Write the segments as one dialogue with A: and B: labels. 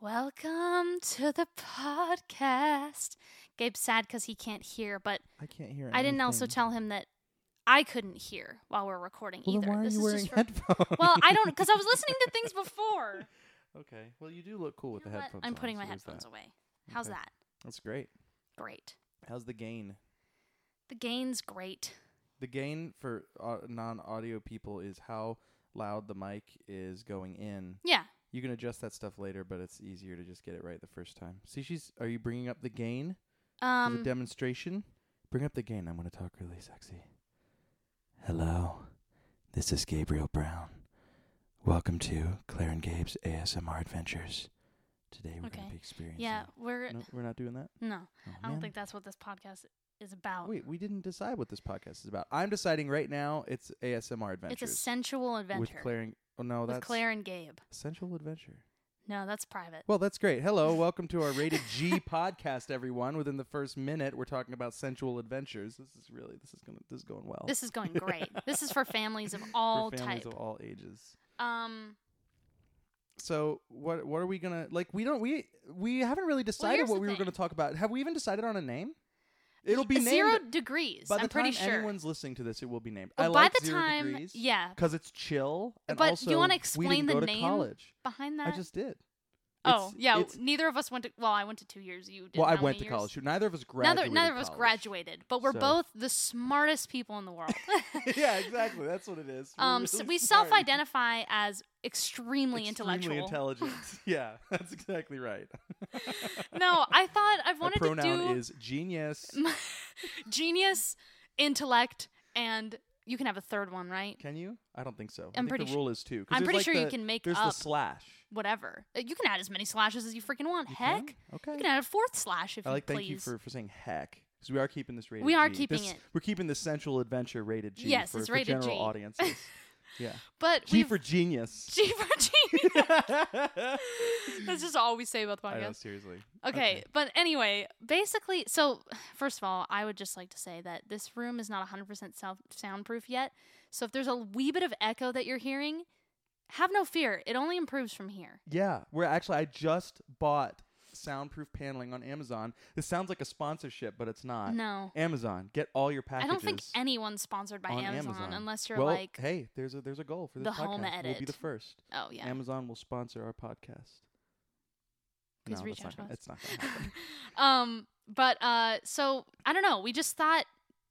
A: Welcome to the podcast. Gabe's sad because he can't hear, but
B: I can't hear.
A: I didn't also
B: anything.
A: tell him that I couldn't hear while we're recording
B: Well,
A: either.
B: then why are
A: this
B: you
A: is
B: wearing
A: just for,
B: headphones?
A: well, I don't because I was listening to things before.
B: okay. Well, you do look cool with
A: You know
B: the
A: what?
B: headphones.
A: I'm
B: on,
A: putting
B: so
A: my
B: there's
A: headphones
B: that.
A: away. How's
B: Okay.
A: that?
B: That's great.
A: Great.
B: How's the gain?
A: The gain's great.
B: The gain for uh, non-audio people is how loud the mic is going in.
A: Yeah.
B: You can adjust that stuff later, but it's easier to just get it right the first time. See, she's. Are you bringing up the gain? As a
A: Um.
B: demonstration. Bring up the gain. I'm going to talk really sexy. Hello, this is Gabriel Brown. Welcome to Claire and Gabe's ASMR Adventures. Today we're going
A: Okay.
B: to be experiencing.
A: Yeah. We're
B: No, we're not doing that.
A: no.
B: Oh,
A: I don't
B: man.
A: think that's what this podcast is about.
B: Wait, we didn't decide what this podcast is about. I'm deciding right now. It's ASMR
A: it's
B: Adventures
A: a sensual adventure
B: with Claire. And, oh no,
A: with
B: that's
A: Claire and Gabe.
B: Sensual Adventure.
A: No, that's private.
B: Well, that's great. Hello, welcome to our rated G podcast, everyone. Within the first minute, we're talking about sensual adventures. This is really this is going to this is going well.
A: This is going great. this is for families of all
B: for families
A: type.
B: of all ages.
A: um.
B: So what what are we gonna like? We don't we we haven't really decided
A: here's
B: what
A: the
B: we were
A: thing.
B: gonna talk about. Have we even decided on a name? It'll be
A: zero
B: named
A: degrees.
B: by the
A: I'm pretty
B: time
A: sure.
B: anyone's listening to this. It will be named.
A: But
B: I
A: by
B: like
A: the
B: zero
A: time,
B: degrees
A: yeah,
B: because it's chill. And
A: But you
B: also,
A: wanna
B: we
A: explain
B: didn't
A: the
B: go to
A: name?
B: College.
A: behind that.
B: I just did.
A: oh
B: It's-
A: yeah,
B: it's-
A: neither of us went to. Well, I went to two years. You did.
B: well, I
A: how
B: went
A: many
B: to
A: years?
B: college. too. Neither of us
A: Neither,
B: graduated.
A: neither of us
B: college.
A: graduated, but we're
B: So-
A: both the smartest people in the world.
B: yeah, exactly. That's what it is. We're
A: um, so
B: really
A: we
B: smart.
A: self-identify as extremely,
B: Extremely
A: intellectual.
B: intelligent. yeah, that's exactly right.
A: no, I thought I
B: My
A: wanted
B: pronoun
A: to do
B: is genius.
A: genius, intellect, and you can have a third one, right?
B: Can you? I don't think so. I
A: I'm
B: think
A: pretty
B: the
A: su-
B: rule is two. 'cause
A: I'm
B: there's
A: pretty
B: like
A: sure you
B: the-
A: can make
B: There's the
A: up.
B: slash.
A: Whatever. Uh, You can add as many slashes as you freaking want.
B: You
A: Heck.
B: can? Okay.
A: You can add a fourth slash if
B: I like.
A: you please.
B: Thank you for for saying heck. Because we are keeping this rated.
A: We are
B: G.
A: keeping
B: This-
A: it.
B: We're keeping the sensual adventure rated G.
A: Yes,
B: for,
A: it's
B: for
A: rated
B: general
A: G.
B: audiences. yeah.
A: But
B: G
A: we've-
B: for genius.
A: G for genius. That's just all we say about the
B: I know,
A: podcast.
B: seriously.
A: Okay, but anyway, basically, so first of all, I would just like to say that this room is not 100% self- soundproof yet. So if there's a wee bit of echo that you're hearing, have no fear. It only improves from here.
B: Yeah, we're actually I just bought soundproof paneling on Amazon. This sounds like a sponsorship, but it's not.
A: No.
B: Amazon, get all your
A: I
B: packages.
A: don't think anyone's sponsored by
B: on
A: Amazon, unless you're
B: well,
A: like,
B: hey, there's a there's a goal for this
A: the
B: podcast.
A: home
B: We'll be
A: edit.
B: the first.
A: oh, yeah.
B: Amazon will sponsor our podcast.
A: Please
B: no,
A: reach out
B: that's not
A: to
B: gonna, It's not gonna happen.
A: um, but uh, so I don't know. We just thought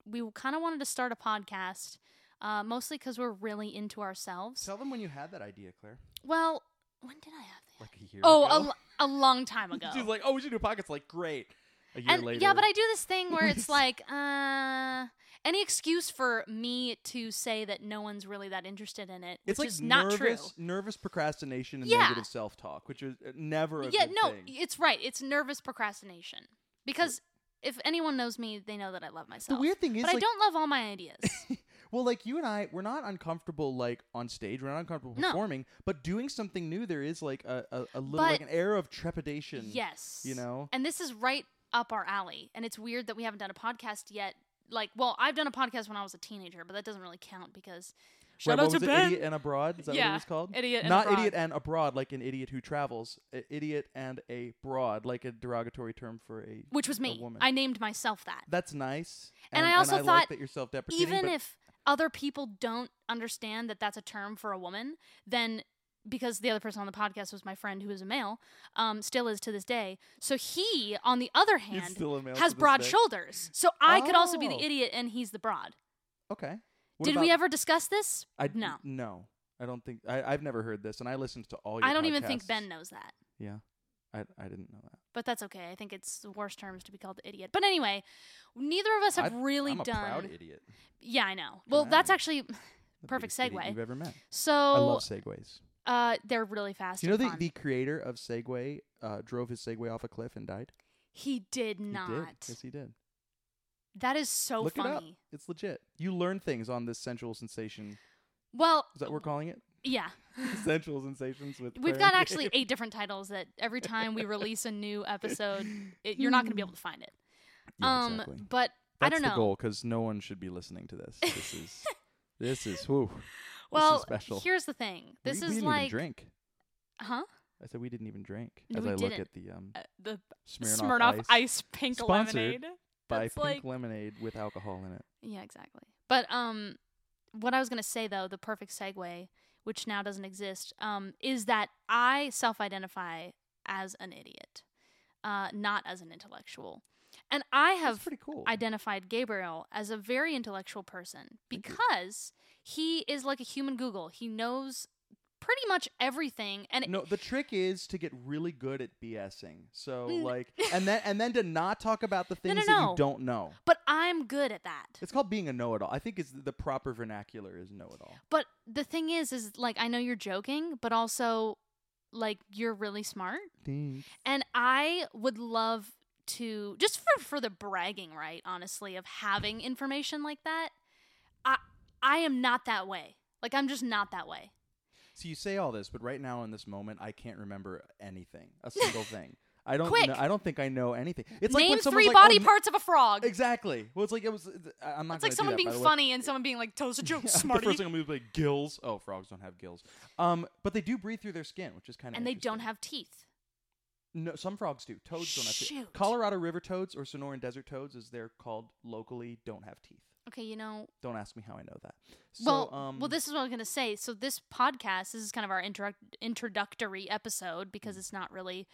A: we kind of wanted to start a podcast, uh, mostly because we're really into ourselves.
B: Tell them when you had that idea, Claire.
A: Well, when did I have that?
B: Like a year
A: Oh,
B: ago.
A: a, l- a long time ago.
B: She's like, oh, we should do a podcast. Like, great. A year
A: and
B: later.
A: yeah, but I do this thing where it's like, uh, any excuse for me to say that no one's really that interested in it, which
B: It's like
A: is not true.
B: nervous, nervous procrastination and
A: Yeah.
B: negative self-talk, which is uh, never a
A: yeah,
B: good
A: no,
B: thing.
A: it's right. It's nervous procrastination because if anyone knows me, they know that I love
B: the
A: myself.
B: weird thing is,
A: but
B: like,
A: I don't love all my ideas.
B: Well, like you and I, we're not uncomfortable like on stage. We're not uncomfortable
A: No.
B: performing, but doing something new, there is like a, a, a little
A: But-
B: like an air of trepidation.
A: yes,
B: you know?
A: and this is right up our alley. And it's weird that we haven't done a podcast yet. Like, well, I've done a podcast when I was a teenager, but that doesn't really count because
B: Right,
A: shout
B: what
A: out to
B: was it,
A: Ben.
B: Idiot and abroad. Is that what
A: Yeah,
B: it was called?
A: Idiot and
B: not
A: Abroad.
B: idiot and abroad, like an idiot who travels. I- idiot and a broad, like a derogatory term for a.
A: which was me.
B: woman.
A: I named myself that.
B: That's nice.
A: And I also
B: like
A: thought
B: that you're self-deprecating.
A: Even
B: but
A: if other people don't understand that that's a term for a woman, then because the other person on the podcast was my friend who is a male, um, still is to this day. So he, on the other
B: he's
A: hand,
B: still a male
A: has
B: to this
A: broad
B: day.
A: shoulders. So I could also be
B: Oh.
A: the idiot and he's the broad.
B: Okay. What
A: Did
B: about-
A: we ever discuss this?
B: I,
A: No.
B: No. I don't think I, I've never heard this, and I listened to all. Oh, Your
A: I don't even think
B: podcasts.
A: Ben knows that.
B: Yeah, I I didn't know that.
A: But that's okay. I think it's the worst terms to be called the idiot. But anyway, neither of us have
B: I've-
A: really
B: I'm a
A: done.
B: proud idiot.
A: yeah, I know. Well,
B: at
A: that's
B: me.
A: actually
B: The
A: Perfect
B: biggest idiot
A: segue.
B: You've ever met.
A: so.
B: I love segues.
A: Uh, they're really fast.
B: Do you know
A: and
B: the,
A: fun.
B: the creator of Segway uh, drove his Segway off a cliff and died?
A: he did
B: He
A: not.
B: did. Yes, he did.
A: That is so
B: Look it up.
A: funny.
B: It's legit. You learn things on this sensual sensation.
A: Well,
B: Is that what we're calling it?
A: yeah,
B: sensual sensations with.
A: we've
B: Claire
A: got
B: and
A: actually
B: Gabe.
A: eight different titles that every time we release a new episode, it, you're not going to be able to find it.
B: Yeah,
A: um,
B: exactly.
A: but I
B: That's
A: don't
B: the
A: know.
B: goal because no one should be listening to this. This is this is whew,
A: well,
B: this is special.
A: here's the thing. This
B: we,
A: is
B: we didn't even
A: like,
B: drink.
A: huh?
B: I said we didn't even drink.
A: No,
B: As
A: we
B: I look
A: didn't.
B: at the um
A: Uh, the
B: Smirnoff,
A: Smirnoff
B: Ice,
A: Ice, Pink
B: Sponsored.
A: Lemonade.
B: by
A: that's
B: pink
A: like-
B: lemonade with alcohol in it.
A: Yeah, exactly. But um, what I was gonna say though, the perfect segue, which now doesn't exist, um, is that I self-identify as an idiot, uh, not as an intellectual, and I
B: That's
A: have
B: pretty cool.
A: identified Gabriel as a very intellectual person
B: Thank you.
A: because he is like a human Google. He knows pretty much everything, and
B: no, the trick is to get really good at BSing. So
A: N-
B: like, and then and then to not talk about the
A: No,
B: things
A: no,
B: that
A: no.
B: you don't know.
A: but I'm good at that.
B: It's called being a know-it-all. I think is the proper vernacular is know-it-all.
A: But the thing is, is like I know you're joking, but also like you're really smart. And I would love to just for for the bragging right, honestly, of having information like that. I I am not that way. Like I'm just not that way.
B: So you say all this, but right now in this moment, I can't remember anything, a single thing. I don't.
A: Quick.
B: Know, I don't think I know anything. It's like
A: Name
B: when someone's
A: three
B: like, oh,
A: body
B: n-
A: parts of a frog.
B: Exactly. Well, it's like it was. I- I'm not.
A: It's like
B: gonna do
A: someone
B: that,
A: being
B: by the way.
A: funny and someone being like, "Tell us a joke,
B: Yeah,
A: smarty,"
B: The first thing I'm gonna be like gills. Oh, frogs don't have gills. Um, but they do breathe through their skin, which is kind of
A: and they don't have teeth.
B: No, some frogs do. Toads don't have teeth.
A: Shoot.
B: Colorado river toads or Sonoran desert toads, as they're called locally, don't have teeth.
A: Okay, you know,
B: Don't ask me how I know that. So,
A: well,
B: um,
A: well, this is what I was gonna say. So this podcast, this is kind of our introduc introductory episode because
B: Mm.
A: it's not really.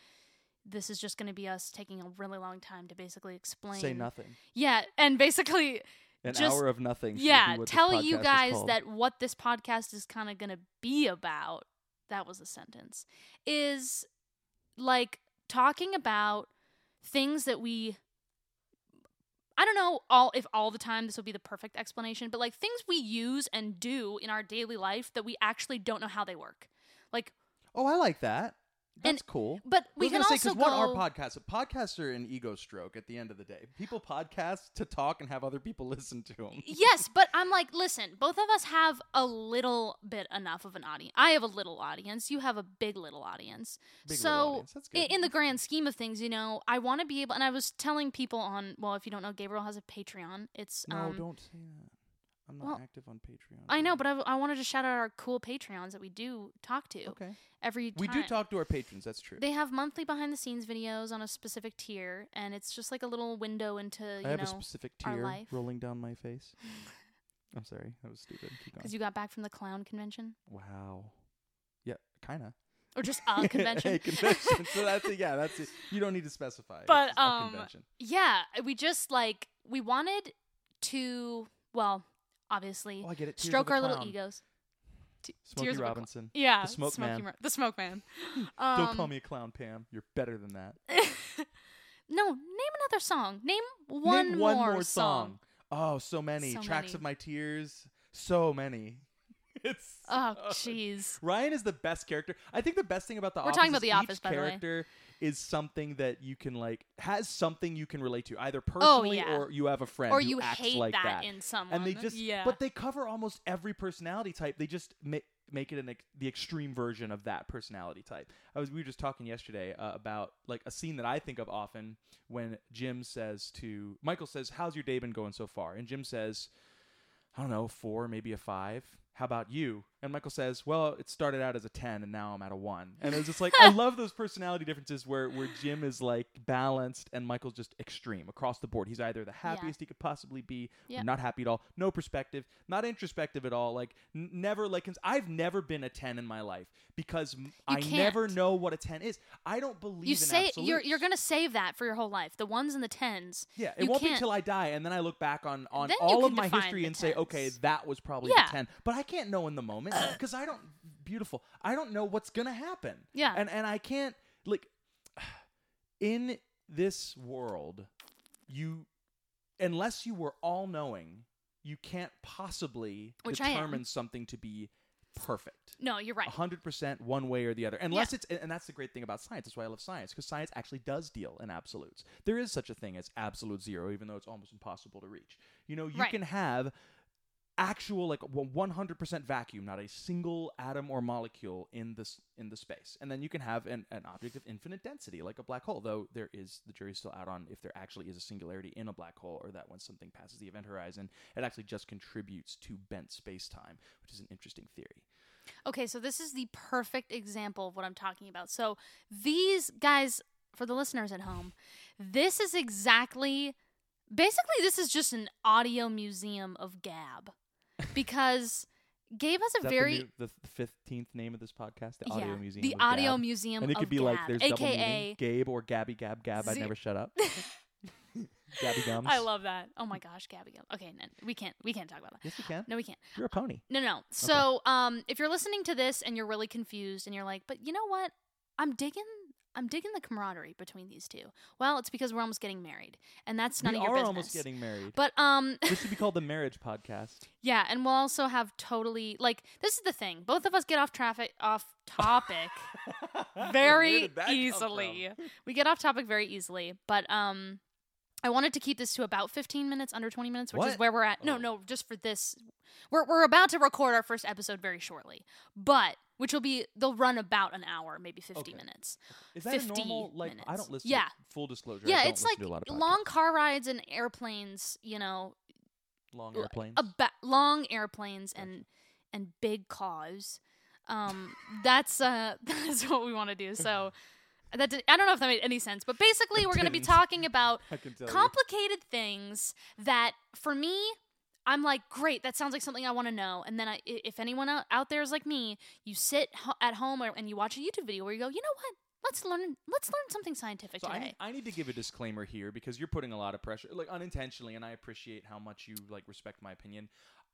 A: This is just gonna be us taking a really long time to basically explain.
B: say nothing.
A: Yeah, and basically,
B: An
A: Just-
B: hour of nothing. should be
A: yeah,
B: what this
A: tell you
B: podcast is
A: guys
B: called.
A: that what this podcast is kind of gonna be about. That was a sentence. Is like talking about things that we. I don't know all if all the time this will be the perfect explanation, but like things we use and do in our daily life that we actually don't know how they work. Like,
B: Oh, I like that.
A: And-
B: That's cool.
A: but we
B: I was
A: can
B: gonna
A: also
B: say, 'cause
A: go.
B: what are podcasts? Podcasts are an ego stroke at the end of the day. People podcast to talk and have other people listen to them.
A: yes, but I'm like, listen, both of us have a little bit enough of an audience. I have a little audience. You have a big little audience.
B: Big
A: so
B: little audience. that's
A: i-
B: good.
A: in the grand scheme of things, you know, I want to be able. And I was telling people on. Well, if you don't know, Gabriel has a Patreon. It's
B: no,
A: um,
B: don't say that. I'm not
A: well,
B: active on Patreon.
A: I know, but I, I wanted to shout out our cool Patreons that we do talk to
B: okay.
A: every.
B: We do
A: time.
B: talk to our patrons. That's true.
A: They have monthly behind the scenes videos on a specific tier, and it's just like a little window into you
B: I have a
A: know
B: specific
A: our
B: tear
A: life.
B: rolling down my face. I'm sorry, that was stupid. Keep going.
A: because you got back from the clown convention
B: wow. Yeah, kind of.
A: or just a convention.
B: a convention. So that's it. Yeah, that's it. You don't need to specify. It's
A: But,
B: just a
A: um,
B: convention.
A: Yeah, we just like we wanted to. Well, obviously,
B: Oh, I get it. Tears of
A: stroke
B: the
A: our little
B: clown.
A: egos.
B: Smokey
A: tears of a clown.
B: Robinson.
A: Yeah,
B: The smoke man.
A: Ro- the smoke man.
B: don't call
A: Um,
B: me a clown, Pam. You're better than that.
A: no, name another song. Name one,
B: Name one
A: more,
B: more, song. Oh, so many
A: So
B: tracks
A: many.
B: of my tears. So many. it's
A: Oh,
B: so-
A: jeez.
B: Ryan is the best character. I think the best thing about the
A: We're
B: office
A: talking about
B: is
A: The
B: each
A: Office, by the way.
B: character is something that you can like has something you can relate to either
A: Oh,
B: personally
A: yeah.
B: or you have a friend
A: Or
B: who
A: you
B: acts
A: hate
B: like
A: that,
B: that.
A: in someone.
B: and they just
A: yeah.
B: but they cover almost every personality type. They just make make it an ex- the extreme version of that personality type. I was we were just talking yesterday uh, about like a scene that I think of often when Jim says to Michael says, "How's your day been going so far?" and Jim says, "I don't know, 4, maybe a 5. How about you?" And Michael says, "Well, it started out as a 10 and now I'm at a 1." And it was just like I love those personality differences where where Jim is like balanced and Michael's just extreme across the board. He's either the happiest he could possibly be
A: Yeah.
B: I'm not happy at all. No perspective. Not introspective at all. Like n- never like cons- I've never been a 10 in my life because m- I never
A: can't.
B: know what a 10 is. I don't believe
A: you
B: in
A: say you're
B: absolutes.
A: you're gonna save that for your whole life. The ones and the tens.
B: Yeah, it
A: you
B: won't be
A: can't-
B: till I die and then I look back on on
A: Then you
B: all of
A: can
B: my
A: define
B: history
A: the
B: and say okay,
A: tens.
B: that was probably
A: Yeah.
B: the 10. But I can't know in the moment because I don't beautiful. I don't know what's going to happen.
A: Yeah.
B: And and I can't like in this world you unless you were all knowing, you can't possibly
A: Which I am.
B: determine something to be perfect.
A: No, you're right.
B: 100% one way or the other. Unless it's and- and that's the great thing about science. That's why I love science because science actually does deal in absolutes. There is such a thing as absolute zero even though it's almost impossible to reach. You know, you
A: Right.
B: can have actual like w- 100% vacuum not a single atom or molecule in this in the space and then you can have an, an object of infinite density like a black hole though there is the jury's still out on if there actually is a singularity in a black hole or that when something passes the event horizon it actually just contributes to bent space-time which is an interesting theory
A: Okay, so this is the perfect example of what I'm talking about. So these guys, for the listeners at home, this is exactly, basically, this is just an audio museum of Gab, because Gabe has
B: Is
A: a
B: that
A: very
B: the, new, the f- fifteenth name of this podcast, the Audio
A: yeah,
B: Museum.
A: the
B: of
A: audio
B: Gab.
A: museum,
B: and it
A: of
B: could be
A: Gab,
B: like there's double meaning,
A: aka.
B: Gabe or Gabby Gab Gab. I'd
A: Z-
B: never shut up. Gabby gums.
A: I love that. Oh my gosh, Gabby. Gab- Okay, no, we can't. We can't talk about that.
B: Yes, you can.
A: No, we can't.
B: You're a pony.
A: No, no. So, um, if you're listening to this and you're really confused and you're like, but you know what? I'm digging. I'm digging the camaraderie between these two. Well, it's because we're almost getting married, and that's none
B: we
A: of
B: are
A: your business.
B: almost getting married.
A: But um,
B: this should be called the marriage podcast.
A: yeah, and we'll also have totally like this is the thing. Both of us get off traffic, off topic
B: Where
A: very
B: did that come
A: easily.
B: from?
A: We get off topic very easily, but um. I wanted to keep this to about 15 minutes, under 20 minutes, which is
B: What?
A: where we're at. No,
B: Oh.
A: no, just for this. We're, we're about to record our first episode very shortly, but which will be, they'll run about an hour, maybe 50
B: Okay.
A: minutes.
B: Is that a
A: 50
B: normal? Like I
A: minutes.
B: don't listen.
A: Yeah.
B: To, full disclosure. I
A: yeah,
B: don't
A: it's
B: listen
A: like
B: to a lot of
A: long car rides and airplanes, you know,
B: podcasts. long
A: l-
B: airplanes.
A: about long airplanes
B: Gotcha.
A: and and big cars. Um, that's uh, that's what we want to do. So that did, I don't know if that made any sense, but basically
B: It
A: we're going to be
B: didn't.
A: talking about
B: I can tell you.
A: complicated things that for me. I'm like, great. That sounds like something I want to know. And then, I, i- if anyone out out there is like me, you sit ho- at home or, and you watch a YouTube video where you go, you know what? Let's learn. Let's learn something scientific
B: So I
A: today.
B: need, I need to give a disclaimer here because you're putting a lot of pressure, like unintentionally, and I appreciate how much you like respect my opinion.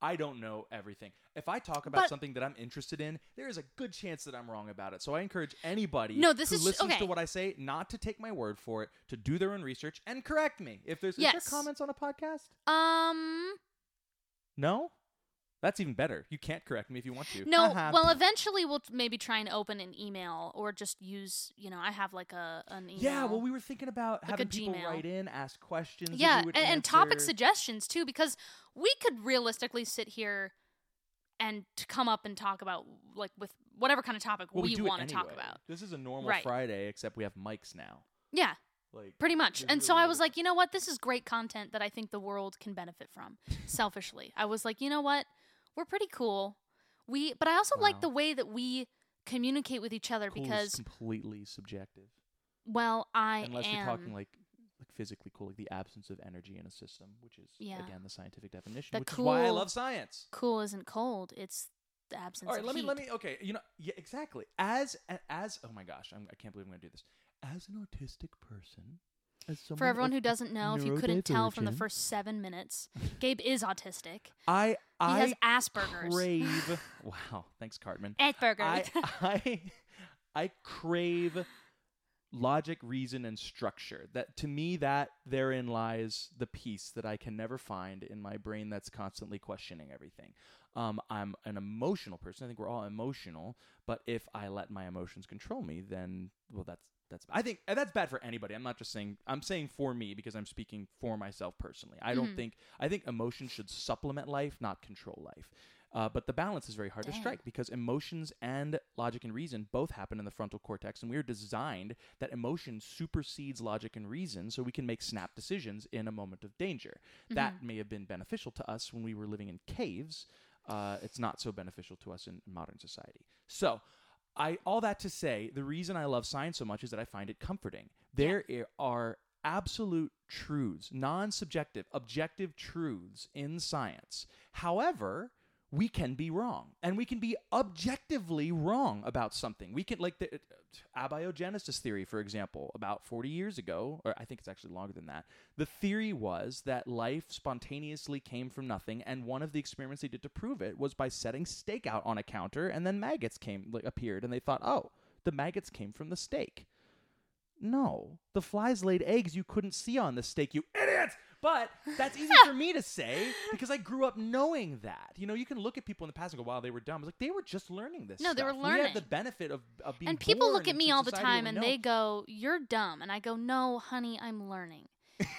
B: I don't know everything. If I talk about
A: But-
B: something that I'm interested in, there is a good chance that I'm wrong about it. So I encourage anybody
A: No, this
B: who
A: is ju-
B: listens
A: okay.
B: to what I say not to take my word for it, to do their own research and correct me if there's is
A: Yes.
B: there comments on a podcast.
A: um,
B: No, that's even better. You can't correct me if you want to.
A: No,
B: Haha.
A: well, eventually we'll t- maybe try and open an email or just use, you know, I have like a an email.
B: Yeah, well, we were thinking about
A: Like a
B: having people
A: Gmail.
B: write in, ask questions. that
A: yeah,
B: we would
A: and, and topic
B: answer.
A: suggestions too, because we could realistically sit here and t- come up and talk about like with whatever kind of topic
B: Well,
A: we
B: do it
A: want to talk
B: anyway.
A: about.
B: This is a normal
A: Right.
B: Friday, except we have mics now.
A: Yeah,
B: Like
A: pretty much.
B: there's
A: And so
B: really
A: I
B: no
A: was like, you know what, this is great content that I think the world can benefit from. Selfishly, I was like, you know what, we're pretty cool. We, but I also
B: Wow.
A: like the way that we communicate with each other
B: cool is
A: because,
B: completely subjective,
A: well, I
B: unless
A: am.
B: you're talking like like physically cool, like the absence of energy in a system, which is
A: Yeah.
B: again the scientific definition,
A: The
B: which is why I
A: cool-
B: love science.
A: cool isn't cold. It's the absence.
B: All right,
A: of
B: let me
A: heat.
B: let me. Okay, you know, yeah, exactly. As a- as oh my gosh, I'm, I can't believe I'm going to do this. As an autistic person, as someone
A: For everyone
B: of-
A: who doesn't know, if you couldn't tell from the
B: neurodivergent,
A: first seven minutes, Gabe is autistic.
B: I
A: He
B: I
A: has Asperger's.
B: crave. wow, thanks, Cartman.
A: Asperger's.
B: I, I I crave logic, reason, and structure. That to me, that therein lies the peace that I can never find in my brain. That's constantly questioning everything. Um, I'm an emotional person. I think we're all emotional. But if I let my emotions control me, then well, that's that's. I think and that's bad for anybody. I'm not just saying. I'm saying for me because I'm speaking for myself personally. I don't
A: Mhm.
B: think. I think emotion should supplement life, not control life. Uh, but the balance is very hard to
A: Dang.
B: strike because emotions and logic and reason both happen in the frontal cortex, and we are designed that emotion supersedes logic and reason, so we can make snap decisions in a moment of danger. That may have been beneficial to us when we were living in caves. Uh, it's not so beneficial to us in modern society. So, I all that to say, the reason I love science so much is that I find it comforting. There i- are absolute truths, non-subjective, objective truths in science. However, we can be wrong, and we can be objectively wrong about something. We can like the uh, abiogenesis theory, for example, about 40 years ago, or I think it's actually longer than that. The theory was that life spontaneously came from nothing, and one of the experiments they did to prove it was by setting steak out on a counter, and then maggots came like, appeared, and they thought, oh, the maggots came from the steak. No, the flies laid eggs you couldn't see on the steak, you idiots! But that's easy for me to say because I grew up knowing that. You know, you can look at people in the past and go, "Wow, they were dumb." It's like they were just learning this.
A: No, they were
B: stuff. We had the
A: learning.
B: benefit of, of being.
A: and people look
B: born
A: at me
B: into
A: all the
B: society where
A: time
B: we
A: and
B: know-
A: they go, "You're dumb," and I go, "No, honey, I'm learning."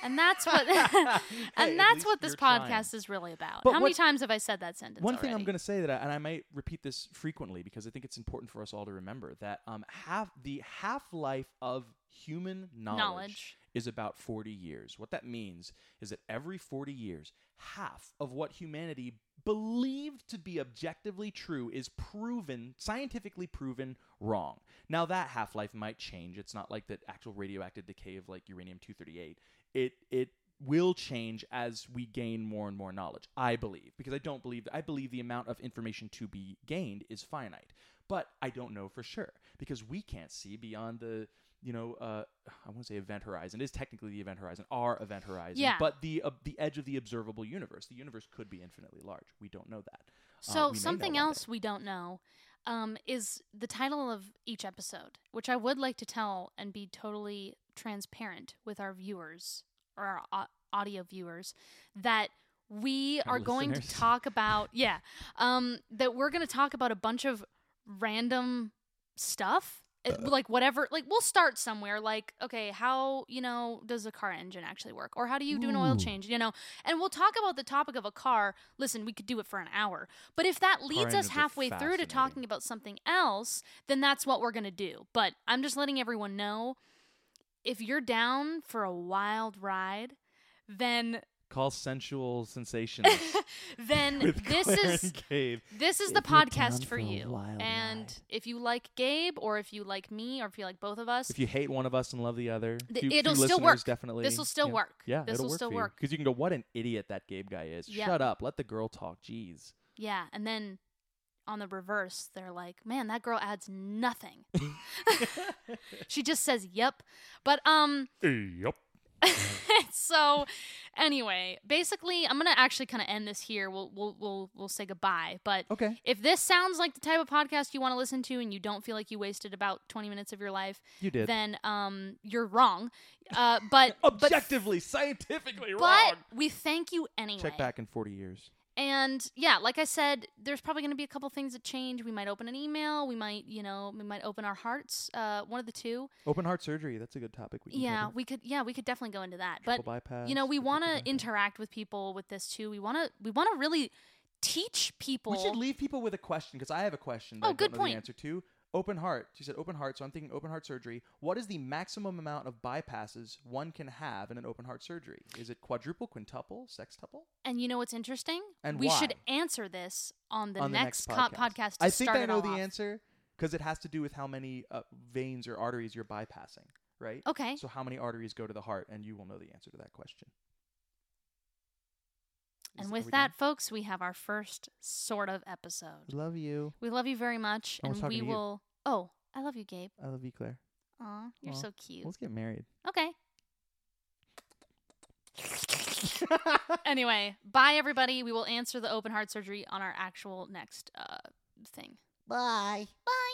A: And that's what.
B: Hey, at
A: And that's
B: least
A: what this
B: you're trying.
A: podcast is really about.
B: But
A: How many
B: what-
A: times have I said that sentence?
B: One thing I'm
A: already?
B: going to say that, I, and I might repeat this frequently because I think it's important for us all to remember that um, half the half life of human knowledge,
A: knowledge
B: is about 40 years. What that means is that every 40 years, half of what humanity believed to be objectively true is proven, scientifically proven wrong. Now, that half life might change. It's not like the actual radioactive decay of like uranium 238. It, it, will change as we gain more and more knowledge i believe because i don't believe i believe the amount of information to be gained is finite but i don't know for sure because we can't see beyond the you know uh, i want to say event horizon it is technically the event horizon our event horizon
A: Yeah.
B: but the uh, the edge of the observable universe the universe could be infinitely large we don't know that Uh,
A: So
B: we may
A: something
B: know one day.
A: else we don't know um, is the title of each episode, which I would like to tell and be totally transparent with our viewers or our au- audio viewers that we
B: Our
A: are going to
B: listeners.
A: talk about yeah um, that we're going to talk about a bunch of random stuff. It-
B: Uh.
A: like whatever like we'll start somewhere like okay how you know does a car engine actually work or how do you do an oil
B: Ooh.
A: change you know and we'll talk about the topic of a car listen we could do it for an hour but if that leads us
B: engines are
A: halfway through to
B: fascinating.
A: talking about something else, then that's what we're going to do. But I'm just letting everyone know if you're down for a wild ride, then
B: call sensual sensations
A: then
B: with
A: this
B: Claire
A: is
B: and Gabe.
A: this is
B: If
A: the
B: you're down
A: podcast
B: for
A: for
B: a
A: you.
B: wild
A: And
B: ride.
A: if you like Gabe or if you like me or if you like both of us,
B: if you hate one of us and love the other
A: Th-
B: few- few
A: it'll still
B: listeners
A: work.
B: definitely
A: This will still
B: yeah.
A: work.
B: yeah
A: This
B: it'll
A: will
B: work
A: still work.
B: because you can go what an idiot that gabe guy is
A: Yeah.
B: shut up let the girl talk jeez
A: yeah, and then on the reverse, they're like, "Man, that girl adds nothing. she just says yep." But um
B: yep
A: so anyway, basically I'm gonna actually kinda end this here. We'll we'll we'll we'll say goodbye. But
B: okay
A: if this sounds like the type of podcast you want to listen to and you don't feel like you wasted about twenty minutes of your life,
B: you did
A: then um you're wrong. Uh but but,
B: objectively scientifically wrong
A: but we thank you anyway.
B: check back in 40 years
A: And yeah, like I said, there's probably going to be a couple things that change. We might open an email. We might, you know, we might open our hearts. Uh, one of the two.
B: open heart surgery that's a good topic we can
A: Yeah,
B: cover.
A: we could. Yeah, we could definitely go into that.
B: Triple
A: But
B: bypass,
A: you know, we
B: quadruple
A: want
B: bypass.
A: to interact with people with this too. We want to. We want to really teach people.
B: we should leave people with a question because i have a question that
A: Oh,
B: I don't
A: good
B: know
A: point.
B: the answer to open heart she said open heart so i'm thinking open heart surgery what is the maximum amount of bypasses one can have in an open heart surgery is it quadruple quintuple sextuple
A: and you know what's interesting?
B: And
A: we should
B: why?
A: answer this on the,
B: on
A: next,
B: the
A: co-
B: next
A: podcast.
B: podcast.
A: to
B: I think
A: start
B: I
A: it
B: know
A: all
B: the
A: off.
B: answer because it has to do with how many uh, veins or arteries you're bypassing, right?
A: Okay.
B: So how many arteries go to the heart, and you will know the answer to that question. Is-
A: and
B: are
A: with
B: we done?
A: that, folks, we have our first sort of episode.
B: love you.
A: We love you very much,
B: I was
A: and
B: talking
A: we
B: to you.
A: will. Oh, I love you, Gabe.
B: I love you, Claire.
A: Aw, you're
B: Aw.
A: so cute.
B: Let's get married.
A: Okay. Anyway, bye everybody. We will answer the open heart surgery on our actual next uh, thing.
B: Bye.
A: Bye.